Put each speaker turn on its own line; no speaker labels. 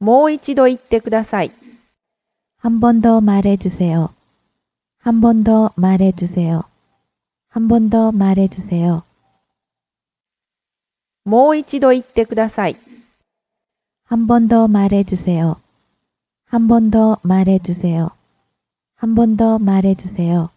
もう一度言ってください。
한 번 더 말해주세요. 한 번 더 말해주세요. 한 번 더 말해주세요.
もう一度言ってください。
한 번 더 말해주세요. 한 번 더 말해주세요. 한 번 더 말해주세요.